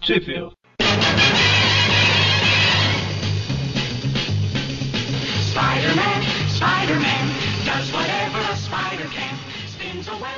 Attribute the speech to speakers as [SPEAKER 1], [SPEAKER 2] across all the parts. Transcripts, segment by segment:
[SPEAKER 1] Tipo.
[SPEAKER 2] Spider-Man, Spider-Man does whatever a spider can. Spins a web.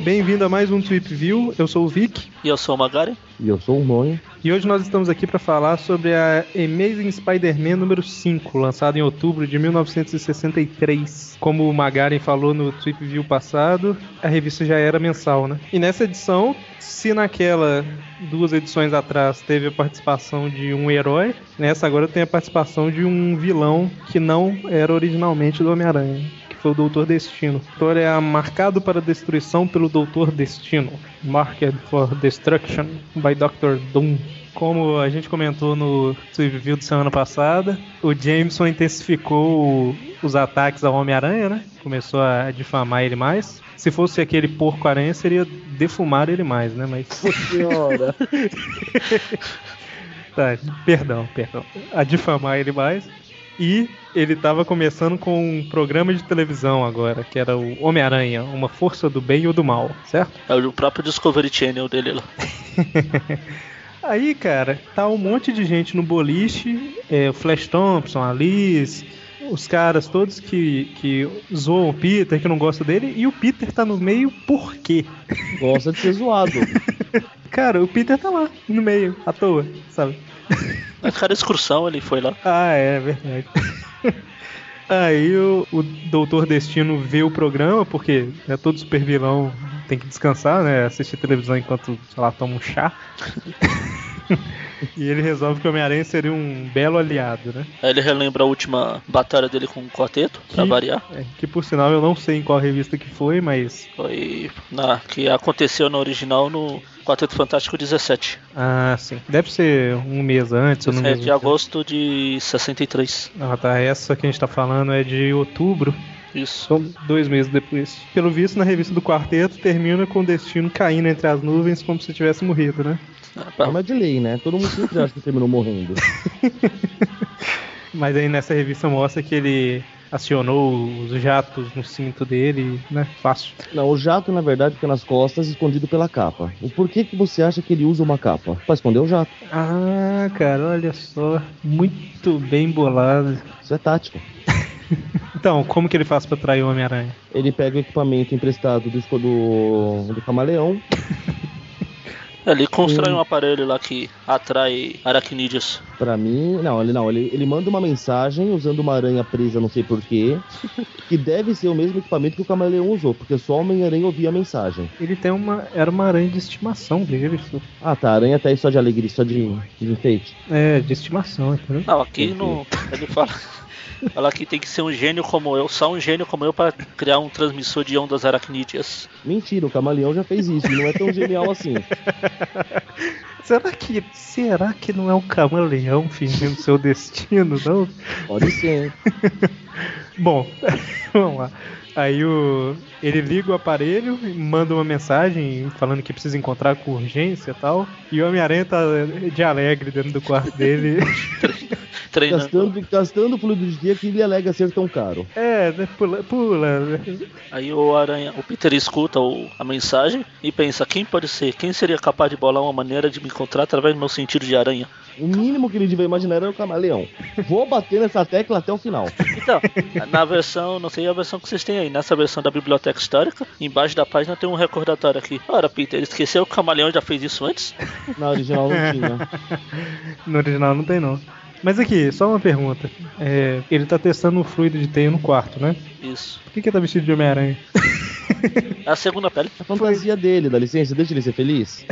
[SPEAKER 3] Bem-vindo a mais um Trip View. Eu sou o Vic
[SPEAKER 4] E eu sou o Magari.
[SPEAKER 5] E eu sou um o Monho.
[SPEAKER 3] e hoje nós estamos aqui para falar sobre a Amazing Spider-Man número 5, lançada em outubro de 1963. Como o Magaren falou no Trip View passado, a revista já era mensal, né? E nessa edição, se naquela duas edições atrás teve a participação de um herói, nessa agora tem a participação de um vilão que não era originalmente do Homem-Aranha. que Foi o Doutor Destino. O Doutor é marcado para destruição pelo Doutor Destino. Marked for Destruction by Dr. Doom. Como a gente comentou no review de semana passada, o Jameson intensificou o- os ataques ao Homem-Aranha, né? Começou a difamar ele mais. Se fosse aquele porco aranha, seria defumar ele mais, né? Mas.
[SPEAKER 5] Senhora.
[SPEAKER 3] Tá, perdão, perdão. A difamar ele mais. E ele tava começando com um programa de televisão agora, que era o Homem-Aranha, uma força do bem ou do mal, certo?
[SPEAKER 4] É o próprio Discovery Channel dele lá.
[SPEAKER 3] Aí, cara, tá um monte de gente no boliche, é, o Flash Thompson, a Liz, os caras todos que, que zoam o Peter, que não gostam dele, e o Peter tá no meio por quê?
[SPEAKER 5] Gosta de ser zoado.
[SPEAKER 3] Cara, o Peter tá lá, no meio, à toa, sabe?
[SPEAKER 4] A cara excursão ele foi lá.
[SPEAKER 3] Ah, é verdade. Aí o, o Doutor Destino vê o programa, porque é todo super vilão, tem que descansar, né? Assistir televisão enquanto, sei lá, toma um chá. e ele resolve que o Homem-Aranha seria um belo aliado, né?
[SPEAKER 4] Aí ele relembra a última batalha dele com o quarteto, pra
[SPEAKER 3] Que-
[SPEAKER 4] variar.
[SPEAKER 3] É, que por sinal eu não sei em qual revista que foi, mas.
[SPEAKER 4] Foi na, que aconteceu no original no Quarteto Fantástico 17,
[SPEAKER 3] Ah, sim. Deve ser um mês antes, eu não me
[SPEAKER 4] 17 É, de
[SPEAKER 3] lembro.
[SPEAKER 4] agosto de 63.
[SPEAKER 3] Ah, tá. Essa que a gente tá falando é de outubro.
[SPEAKER 4] Isso.
[SPEAKER 3] São dois meses depois. Pelo visto, na revista do quarteto, termina com o destino caindo entre as nuvens como se tivesse morrido, né?
[SPEAKER 4] Ah, pra-
[SPEAKER 5] Forma de lei, né? Todo mundo sempre acha que terminou morrendo.
[SPEAKER 3] Mas aí nessa revista mostra que ele acionou os jatos no cinto dele, né? Fácil.
[SPEAKER 5] Não, o jato, na verdade, fica nas costas, escondido pela capa. O porquê que você acha que ele usa uma capa? Pra esconder o jato.
[SPEAKER 3] Ah, cara, olha só. Muito bem bolado.
[SPEAKER 5] Isso é tática.
[SPEAKER 3] Então, como que ele faz pra trair o Homem-Aranha?
[SPEAKER 5] Ele pega o equipamento emprestado do, esco- do, do camaleão.
[SPEAKER 4] Ele constrói um aparelho lá que atrai aracnídeos.
[SPEAKER 5] Pra mim, não, ele não, ele, ele manda uma mensagem usando uma aranha presa, não sei porquê, que deve ser o mesmo equipamento que o camaleão usou, porque só o Homem-Aranha ouvia a mensagem.
[SPEAKER 3] Ele tem uma. Era uma aranha de estimação dele. isso.
[SPEAKER 5] Ah tá, a aranha tá aí só de alegria, só de, de enfeite.
[SPEAKER 3] É, de estimação, entendeu?
[SPEAKER 4] Não, aqui no. Ele fala. Fala que tem que ser um gênio como eu, só um gênio como eu, pra criar um transmissor de ondas aracnídeas.
[SPEAKER 5] Mentira, o camaleão já fez isso, não é tão genial assim.
[SPEAKER 3] Será que. Será que não é um camaleão fingindo seu destino, não?
[SPEAKER 5] Pode ser, hein?
[SPEAKER 3] Bom, vamos lá. Aí o, ele liga o aparelho, e manda uma mensagem falando que precisa encontrar com urgência e tal. E o Homem-Aranha tá de alegre dentro do quarto dele.
[SPEAKER 4] Treinando.
[SPEAKER 5] Gastando, gastando o fluido de dia que ele alega ser tão caro.
[SPEAKER 3] é, né, pula, pula. né?
[SPEAKER 4] Aí o aranha, o Peter escuta o- a mensagem e pensa: quem pode ser? Quem seria capaz de bolar uma maneira de me encontrar através do meu sentido de aranha?
[SPEAKER 5] O mínimo que ele devia imaginar era o camaleão. Vou bater nessa tecla até o final.
[SPEAKER 4] Então, na versão, não sei a versão que vocês têm aí, nessa versão da biblioteca histórica, embaixo da página tem um recordatório aqui. Ora, Peter, esqueceu que o camaleão já fez isso antes?
[SPEAKER 5] Na original não tinha.
[SPEAKER 3] No original não tem não. Mas aqui, só uma pergunta. É, ele tá testando o fluido de teia no quarto, né?
[SPEAKER 4] Isso.
[SPEAKER 3] Por que, que ele tá vestido de Homem-Aranha?
[SPEAKER 4] A segunda pele.
[SPEAKER 5] A fantasia dele, dá licença, deixa ele ser feliz.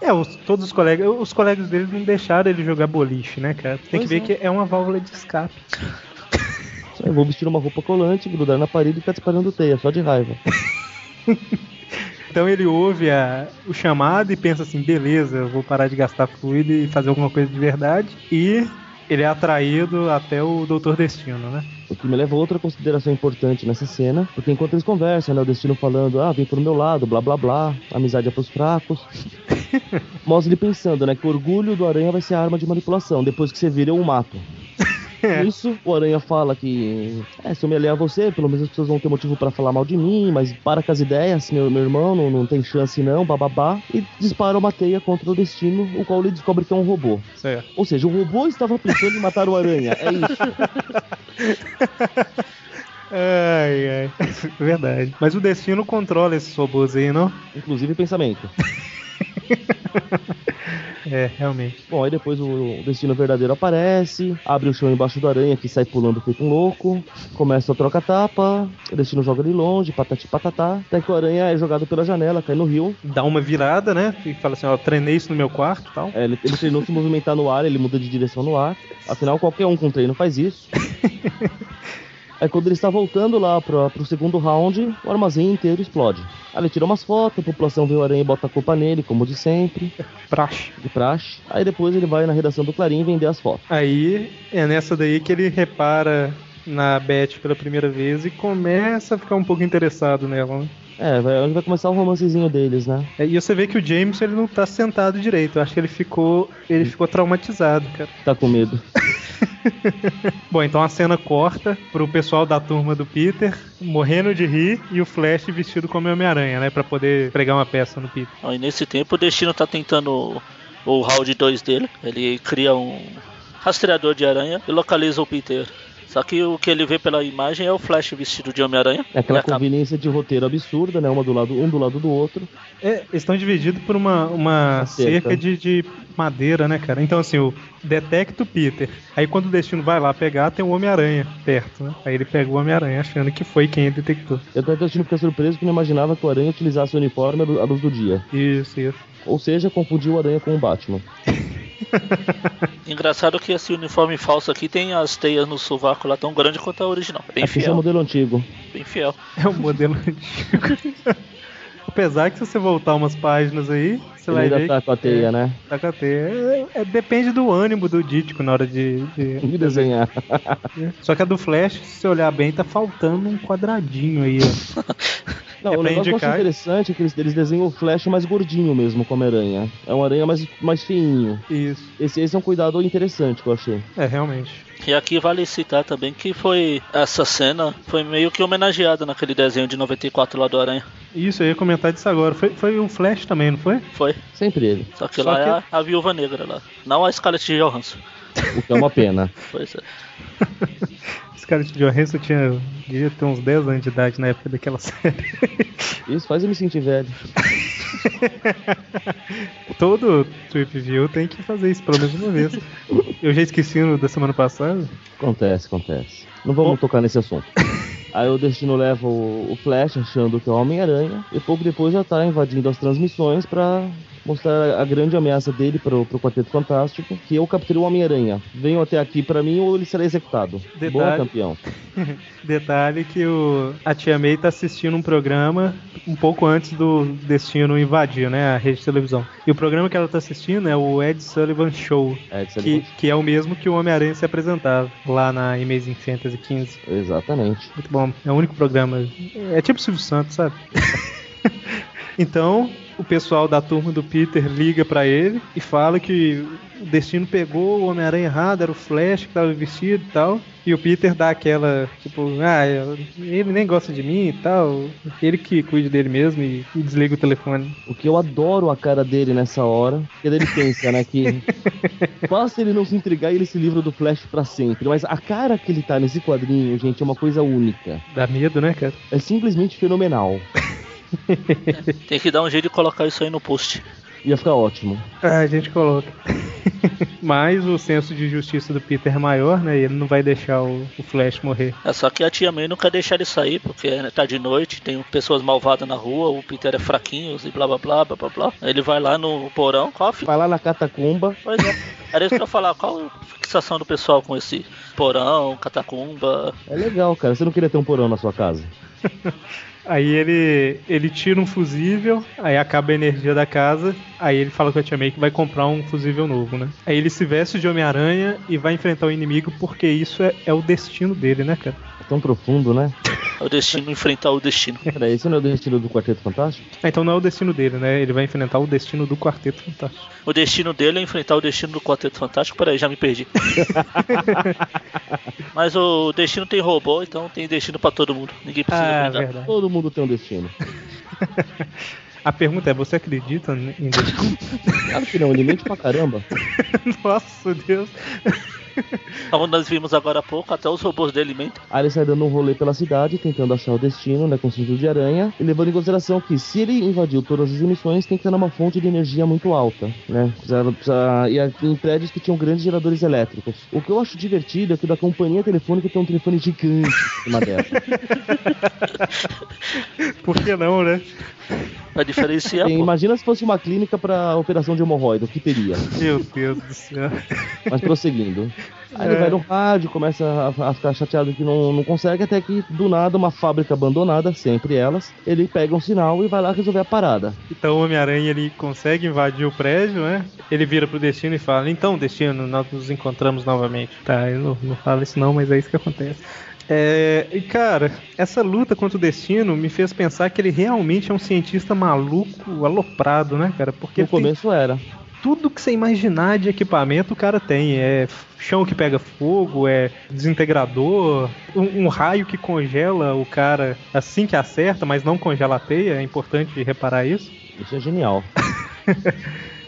[SPEAKER 3] É, os- todos os colegas. Os colegas dele não deixaram ele jogar boliche, né, cara? Tem que
[SPEAKER 5] Pois
[SPEAKER 3] ver
[SPEAKER 5] é.
[SPEAKER 3] que é uma válvula de escape.
[SPEAKER 5] Eu vou vestir uma roupa colante, grudar na parede e ficar disparando teia, só de raiva.
[SPEAKER 3] Então ele ouve a- o chamado e pensa assim: beleza, eu vou parar de gastar fluido e fazer alguma coisa de verdade. E ele é atraído até o Doutor Destino, né?
[SPEAKER 5] O que me leva a outra consideração importante nessa cena, porque enquanto eles conversam, né, o destino falando, ah, vem pro meu lado, blá blá blá, amizade é pros fracos. Mostra ele pensando, né, que o orgulho do aranha vai ser a arma de manipulação, depois que você vira eu o mato. Isso, o Aranha fala que é, se eu me aliar a você, pelo menos as pessoas vão ter motivo pra falar mal de mim, mas para com as ideias, meu, meu irmão não, não tem chance não, bababá. E dispara uma teia contra o Destino, o qual ele descobre que é um robô.
[SPEAKER 3] Certo.
[SPEAKER 5] Ou seja, o robô estava pensando em matar o Aranha, é isso.
[SPEAKER 3] Ai, ai. Verdade. Mas o destino controla esses robôs aí, não?
[SPEAKER 5] Inclusive pensamento.
[SPEAKER 3] É, realmente.
[SPEAKER 5] Bom, aí depois o Destino Verdadeiro aparece, abre o chão embaixo do aranha que sai pulando feito um louco, começa a troca-tapa, o Destino joga ele longe, patati patatá, até que o aranha é jogado pela janela, cai no rio.
[SPEAKER 3] Dá uma virada, né? E fala assim, ó, treinei isso no meu quarto e tal.
[SPEAKER 5] É, ele, ele treinou se movimentar no ar, ele muda de direção no ar. Afinal, qualquer um com treino faz isso. Aí quando ele está voltando lá pra, pro segundo round, o armazém inteiro explode. Aí ele tira umas fotos, a população vê o aranha e bota a culpa nele, como de sempre,
[SPEAKER 3] Praxe.
[SPEAKER 5] de praxe. Aí depois ele vai na redação do Clarim vender as fotos.
[SPEAKER 3] Aí é nessa daí que ele repara na Beth pela primeira vez e começa a ficar um pouco interessado nela, né?
[SPEAKER 5] É, vai, onde vai começar o romancezinho deles, né?
[SPEAKER 3] É, E você vê que o James ele não tá sentado direito. Eu acho que ele ficou, ele ficou traumatizado, cara.
[SPEAKER 5] Tá com medo.
[SPEAKER 3] Bom, então a cena corta pro pessoal da turma do Peter morrendo de rir e o Flash vestido como Homem-Aranha, né, Pra poder pregar uma peça no Peter.
[SPEAKER 4] Aí nesse tempo o Destino tá tentando o o round 2 dele. Ele cria um rastreador de aranha e localiza o Peter. Só que o que ele vê pela imagem é o Flash vestido de Homem-Aranha.
[SPEAKER 5] É
[SPEAKER 4] Ele
[SPEAKER 5] aquela
[SPEAKER 4] acaba-
[SPEAKER 5] conveniência de roteiro absurda, né? Uma do lado, um do lado do outro.
[SPEAKER 3] É, eles estão divididos por uma, uma
[SPEAKER 5] Uma cerca.
[SPEAKER 3] cerca de, de madeira, né, cara? Então, assim, o detecta o Peter. Aí, quando o Destino vai lá pegar, tem o Homem-Aranha perto, né? Aí ele pega o Homem-Aranha, achando que foi quem ele detectou.
[SPEAKER 5] Eu até assistindo ficar surpreso que não imaginava que o Aranha utilizasse o uniforme à lu- à luz do dia.
[SPEAKER 3] Isso, isso.
[SPEAKER 5] Ou seja, confundiu o Aranha com o Batman.
[SPEAKER 4] Engraçado que esse uniforme falso aqui tem as teias no sovaco lá tão grande quanto a original. Bem
[SPEAKER 5] Aqui já é o
[SPEAKER 4] fiel,
[SPEAKER 5] modelo antigo.
[SPEAKER 4] bem fiel.
[SPEAKER 3] É um modelo antigo. Apesar que se você voltar umas páginas aí, você
[SPEAKER 5] Ele
[SPEAKER 3] vai
[SPEAKER 5] ainda
[SPEAKER 3] ver
[SPEAKER 5] tá com a teia, né?
[SPEAKER 3] que tá com a teia. É, é- depende do ânimo do Dítico na hora de, de-
[SPEAKER 5] Me desenhar.
[SPEAKER 3] Só que a do Flash, se você olhar bem, tá faltando um quadradinho aí, ó.
[SPEAKER 5] Não,
[SPEAKER 3] É
[SPEAKER 5] o
[SPEAKER 3] pra
[SPEAKER 5] negócio que eu acho
[SPEAKER 3] indicar.
[SPEAKER 5] interessante é que eles, eles desenham o Flash mais gordinho mesmo, como aranha. É um aranha mais, mais feinho.
[SPEAKER 3] Isso.
[SPEAKER 5] Esse, esse é um cuidado interessante que eu achei.
[SPEAKER 3] É, realmente.
[SPEAKER 4] E aqui vale citar também que foi essa cena foi meio que homenageada naquele desenho de 94 lá do Aranha.
[SPEAKER 3] Isso, eu ia comentar disso agora. Foi, foi o Flash também, não foi?
[SPEAKER 4] Foi.
[SPEAKER 5] Sempre ele.
[SPEAKER 4] Só que
[SPEAKER 3] Só
[SPEAKER 4] lá
[SPEAKER 3] que-
[SPEAKER 4] é a, a Viúva Negra lá. Não a Scarlett Johansson.
[SPEAKER 5] O que é uma pena.
[SPEAKER 4] Pois é.
[SPEAKER 3] Esse cara de Johansson tinha, devia ter uns 10 anos de idade na época daquela série.
[SPEAKER 5] Isso faz eu me sentir velho.
[SPEAKER 3] Todo Trip View tem que fazer isso pelo menos uma vez. Eu já esqueci no da semana passada.
[SPEAKER 5] Acontece, acontece. Não vamos tocar nesse assunto. Aí o Destino leva o, o Flash achando que é o Homem-Aranha e pouco depois já tá invadindo as transmissões pra mostrar a grande ameaça dele pro, pro Quarteto Fantástico, que eu capturei o Homem-Aranha. Venham até aqui pra mim ou ele será executado.
[SPEAKER 3] Detalhe.
[SPEAKER 5] Bom campeão.
[SPEAKER 3] Detalhe que o, a Tia May tá assistindo um programa um pouco antes do Destino invadir, né? A rede de televisão. E o programa que ela tá assistindo é o Ed Sullivan Show.
[SPEAKER 5] É, isso é
[SPEAKER 3] Que,
[SPEAKER 5] bom.
[SPEAKER 3] que é o mesmo que o Homem-Aranha se apresentava lá na Amazing Fantasy XV.
[SPEAKER 5] Exatamente.
[SPEAKER 3] Muito bom. É o único programa. É tipo Silvio Santos, sabe? então, o pessoal da turma do Peter liga pra ele e fala que o Destino pegou o Homem-Aranha errado, era o Flash que tava vestido e tal. E o Peter dá aquela, tipo, ah, eu- ele nem gosta de mim e tal. Ele que cuide dele mesmo e, e desliga o telefone.
[SPEAKER 5] O que eu adoro a cara dele nessa hora, que ele pensa, né, que basta ele não se entregar e ele se livra do Flash pra sempre, mas a cara que ele tá nesse quadrinho, gente, é uma coisa única.
[SPEAKER 3] Dá medo, né, cara?
[SPEAKER 5] É simplesmente fenomenal.
[SPEAKER 4] Tem que dar um jeito de colocar isso aí no post.
[SPEAKER 5] Ia ficar ótimo.
[SPEAKER 3] Ah, a gente coloca. Mas o senso de justiça do Peter é maior, né? E ele não vai deixar o- o Flash morrer.
[SPEAKER 4] É só que a tia May não quer deixar ele sair, porque né, tá de noite, tem pessoas malvadas na rua, o Peter é fraquinho e blá blá blá blá blá blá. Aí Ele vai lá no porão, qual a fi...
[SPEAKER 5] Vai lá na catacumba,
[SPEAKER 4] Pois é. Era isso que eu ia falar, qual a fixação do pessoal com esse porão, catacumba?
[SPEAKER 5] é legal, cara. Você não queria ter um porão na sua casa.
[SPEAKER 3] Aí ele, ele tira um fusível, aí acaba a energia da casa, aí ele fala com a Tia May que vai comprar um fusível novo, né? Aí ele se veste de Homem-Aranha e vai enfrentar o inimigo porque isso é, é o destino dele, né, cara?
[SPEAKER 5] É tão profundo, né?
[SPEAKER 4] É o destino enfrentar o destino.
[SPEAKER 5] Pera, esse não é o destino do Quarteto Fantástico?
[SPEAKER 3] Ah, Então não é o destino dele, né? Ele vai enfrentar o destino do Quarteto Fantástico.
[SPEAKER 4] O destino dele é enfrentar o destino do Quarteto Fantástico. Peraí, já me perdi. Mas o destino tem robô, então tem destino pra todo mundo. Ninguém precisa
[SPEAKER 3] Ah,
[SPEAKER 4] brigar.
[SPEAKER 3] verdade.
[SPEAKER 5] Todo mundo tem um destino.
[SPEAKER 3] A pergunta é, você acredita em destino?
[SPEAKER 5] Claro que não, ele mente pra caramba.
[SPEAKER 3] Nossa, Deus.
[SPEAKER 4] Como nós vimos agora há pouco, até os robôs dele mentem.
[SPEAKER 5] Aí ele sai dando um rolê pela cidade, tentando achar o destino, né, com o cinto de aranha, e levando em consideração que se ele invadiu todas as emissões, tem que estar numa fonte de energia muito alta, né? Precisava, precisava, e a- em prédios que tinham grandes geradores elétricos. O que eu acho divertido é que da companhia telefônica tem um telefone gigante em cima dela.
[SPEAKER 3] Por que não, né?
[SPEAKER 4] Pra diferenciar,
[SPEAKER 5] Tem-
[SPEAKER 4] É, pô.
[SPEAKER 5] imagina se fosse uma clínica para operação de hemorroida, o que teria?
[SPEAKER 3] Meu Deus do céu.
[SPEAKER 5] Mas prosseguindo. Aí ele
[SPEAKER 3] É.
[SPEAKER 5] vai no rádio, começa a, a ficar chateado que não, não consegue, até que do nada uma fábrica abandonada, sempre elas, ele pega um sinal e vai lá resolver a parada.
[SPEAKER 3] Então o Homem-Aranha ele consegue invadir o prédio, né? Ele vira pro Destino e fala: Então, Destino, nós nos encontramos novamente. Tá, eu não, não falo isso não, mas é isso que acontece. É, e cara, essa luta contra o Destino me fez pensar que ele realmente é um cientista maluco, aloprado, né, cara? Porque
[SPEAKER 5] no
[SPEAKER 3] ele tem
[SPEAKER 5] começo era.
[SPEAKER 3] tudo que você imaginar de equipamento o cara tem. É chão que pega fogo, é desintegrador, um, um raio que congela o cara assim que acerta, mas não congela a teia. É importante reparar isso.
[SPEAKER 5] Isso é genial.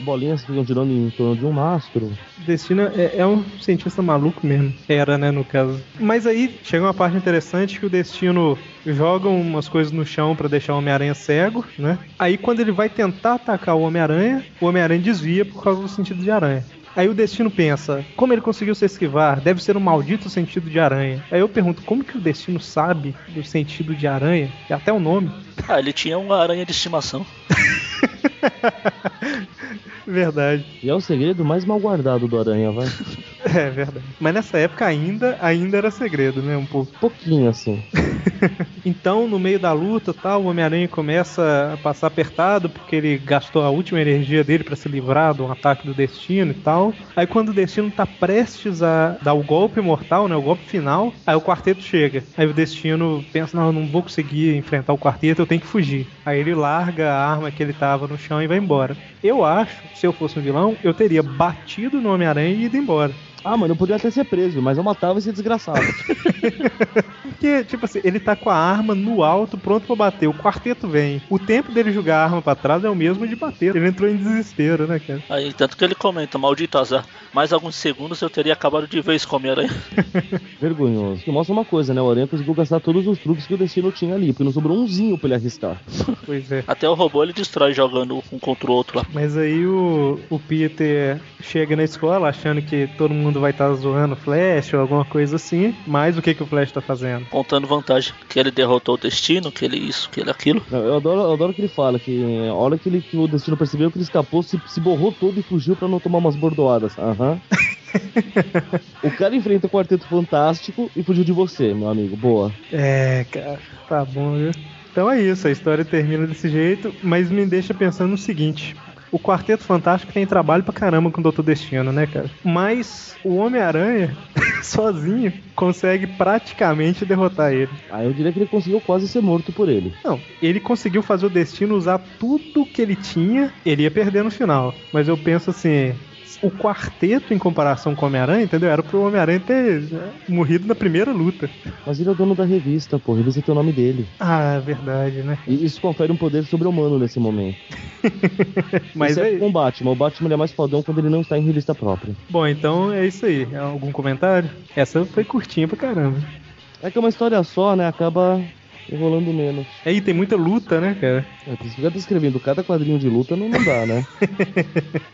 [SPEAKER 5] Bolinhas ficam girando em torno de um mastro.
[SPEAKER 3] Destino é, é um cientista maluco mesmo. Era, né, no caso. Mas aí chega uma parte interessante que o Destino joga umas coisas no chão pra deixar o Homem-Aranha cego, né? Aí quando ele vai tentar atacar o Homem-Aranha, o Homem-Aranha desvia por causa do sentido de aranha. Aí o Destino pensa, como ele conseguiu se esquivar? Deve ser um maldito sentido de aranha. Aí eu pergunto, como que o Destino sabe do sentido de aranha? É até o nome.
[SPEAKER 4] Ah, ele tinha uma aranha de estimação.
[SPEAKER 3] Verdade.
[SPEAKER 5] E é o segredo mais mal guardado do Aranha, vai. Um
[SPEAKER 3] É verdade. Mas nessa época ainda, ainda era segredo, né? Um pouco.
[SPEAKER 5] Pouquinho assim.
[SPEAKER 3] Então, no meio da luta, tal, o Homem-Aranha começa a passar apertado porque ele gastou a última energia dele para se livrar de um ataque do Destino e tal. Aí quando o Destino tá prestes a dar o golpe mortal, né, o golpe final, aí o quarteto chega. Aí o Destino pensa: "Não, eu não vou conseguir enfrentar o quarteto, eu tenho que fugir". Aí ele larga a arma que ele tava no chão e vai embora. Eu acho, se eu fosse um vilão, eu teria batido no Homem-Aranha e ido embora.
[SPEAKER 5] Ah, mano, eu podia até ser preso, mas eu matava esse desgraçado.
[SPEAKER 3] Porque, tipo assim, ele tá com a arma no alto, pronto pra bater. O quarteto vem. O tempo dele jogar a arma pra trás é o mesmo de bater. Ele entrou em desespero, né, cara?
[SPEAKER 4] Aí, tanto que ele comenta, maldito azar. Mais alguns segundos eu teria acabado de vez com a minha aranha.
[SPEAKER 5] Vergonhoso. Que mostra uma coisa, né? O Aranha conseguiu gastar todos os truques que o Destino tinha ali, porque não sobrou umzinho pra ele arriscar.
[SPEAKER 3] Pois é.
[SPEAKER 4] Até o robô ele destrói jogando um contra o outro lá.
[SPEAKER 3] Mas aí o, o Peter chega na escola achando que todo mundo vai estar zoando o Flash ou alguma coisa assim. Mas o que, que o Flash tá fazendo?
[SPEAKER 4] Contando vantagem. Que ele derrotou o destino, que ele isso, que ele aquilo.
[SPEAKER 5] Não, Eu adoro, eu adoro que ele fala que eh, a hora que, ele, que o Destino percebeu que ele escapou, se, se borrou todo e fugiu pra não tomar umas bordoadas. Aham. o cara enfrenta o Quarteto Fantástico e fugiu de você, meu amigo. Boa.
[SPEAKER 3] É, cara, tá bom, viu? Então é isso, a história termina desse jeito, mas me deixa pensando no seguinte. O Quarteto Fantástico tem trabalho pra caramba com o Doutor Destino, né, cara? Mas o Homem-Aranha, sozinho, consegue praticamente derrotar ele.
[SPEAKER 5] Aí eu diria que ele conseguiu quase ser morto por ele.
[SPEAKER 3] Não, ele conseguiu fazer o Destino usar tudo que ele tinha, ele ia perder no final. Mas eu penso assim, o Quarteto em comparação com o Homem-Aranha, entendeu? Era pro Homem-Aranha ter né, morrido na primeira luta.
[SPEAKER 5] Mas ele é o dono da revista, pô. A revista tem o nome dele.
[SPEAKER 3] Ah, verdade, né?
[SPEAKER 5] E isso confere um poder sobre-humano nesse momento.
[SPEAKER 3] Mas
[SPEAKER 5] Exceto
[SPEAKER 3] é...
[SPEAKER 5] com o Batman. O Batman ele é mais fodão quando ele não está em revista própria.
[SPEAKER 3] Bom, então é isso aí. Algum comentário? Essa foi curtinha pra caramba.
[SPEAKER 5] É que é uma história só, né? Acaba enrolando menos.
[SPEAKER 3] Aí tem muita luta, né, cara?
[SPEAKER 5] É, se ficar descrevendo cada quadrinho de luta, não, não dá, né?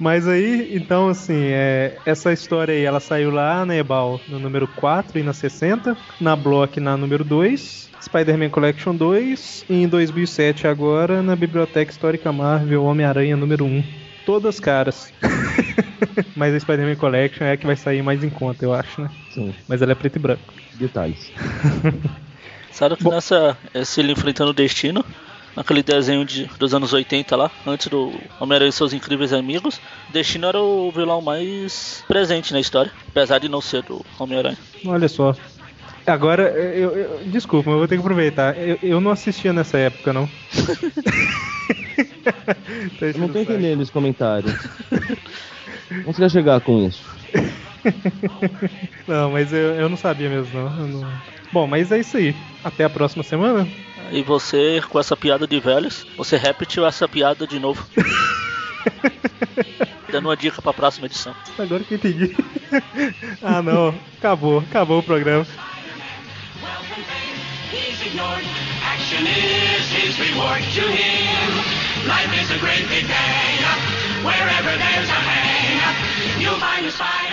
[SPEAKER 3] Mas aí, então, assim, é, essa história aí, ela saiu lá na Ebal no número 4 e na 60, na Block na número 2, Spider-Man Collection 2, e em 2007 agora na Biblioteca Histórica Marvel Homem-Aranha número 1. Todas caras. Mas a Spider-Man Collection é a que vai sair mais em conta, eu acho, né?
[SPEAKER 5] Sim,
[SPEAKER 3] Mas ela é preto e branco.
[SPEAKER 5] detalhes.
[SPEAKER 4] Sabe que nessa. Esse ele enfrentando o destino. Naquele desenho de, dos anos 80 lá, antes do Homem-Aranha e seus incríveis amigos, o Destino era o vilão mais presente na história, apesar de não ser do Homem-Aranha.
[SPEAKER 3] Olha só. Agora, eu, eu- desculpa, mas eu vou ter que aproveitar. Eu, eu não assistia nessa época, não. Tá
[SPEAKER 5] Eu
[SPEAKER 3] enchendo o
[SPEAKER 5] não tô
[SPEAKER 3] saco.
[SPEAKER 5] entendendo esse comentário. Onde você quer chegar com isso?
[SPEAKER 3] Não, mas eu, eu não sabia mesmo, não. Eu não- Bom, mas é isso aí. Até a próxima semana.
[SPEAKER 4] E você, com essa piada de velhos, você repetiu essa piada de novo. Dando uma dica pra próxima edição.
[SPEAKER 3] Agora que eu entendi. ah, não. Acabou, acabou o programa.
[SPEAKER 2] Welcome fame, he's ignored. Action is his reward to him. Life is a great big hang-up. Wherever there's a hang-up, you'll find a spider.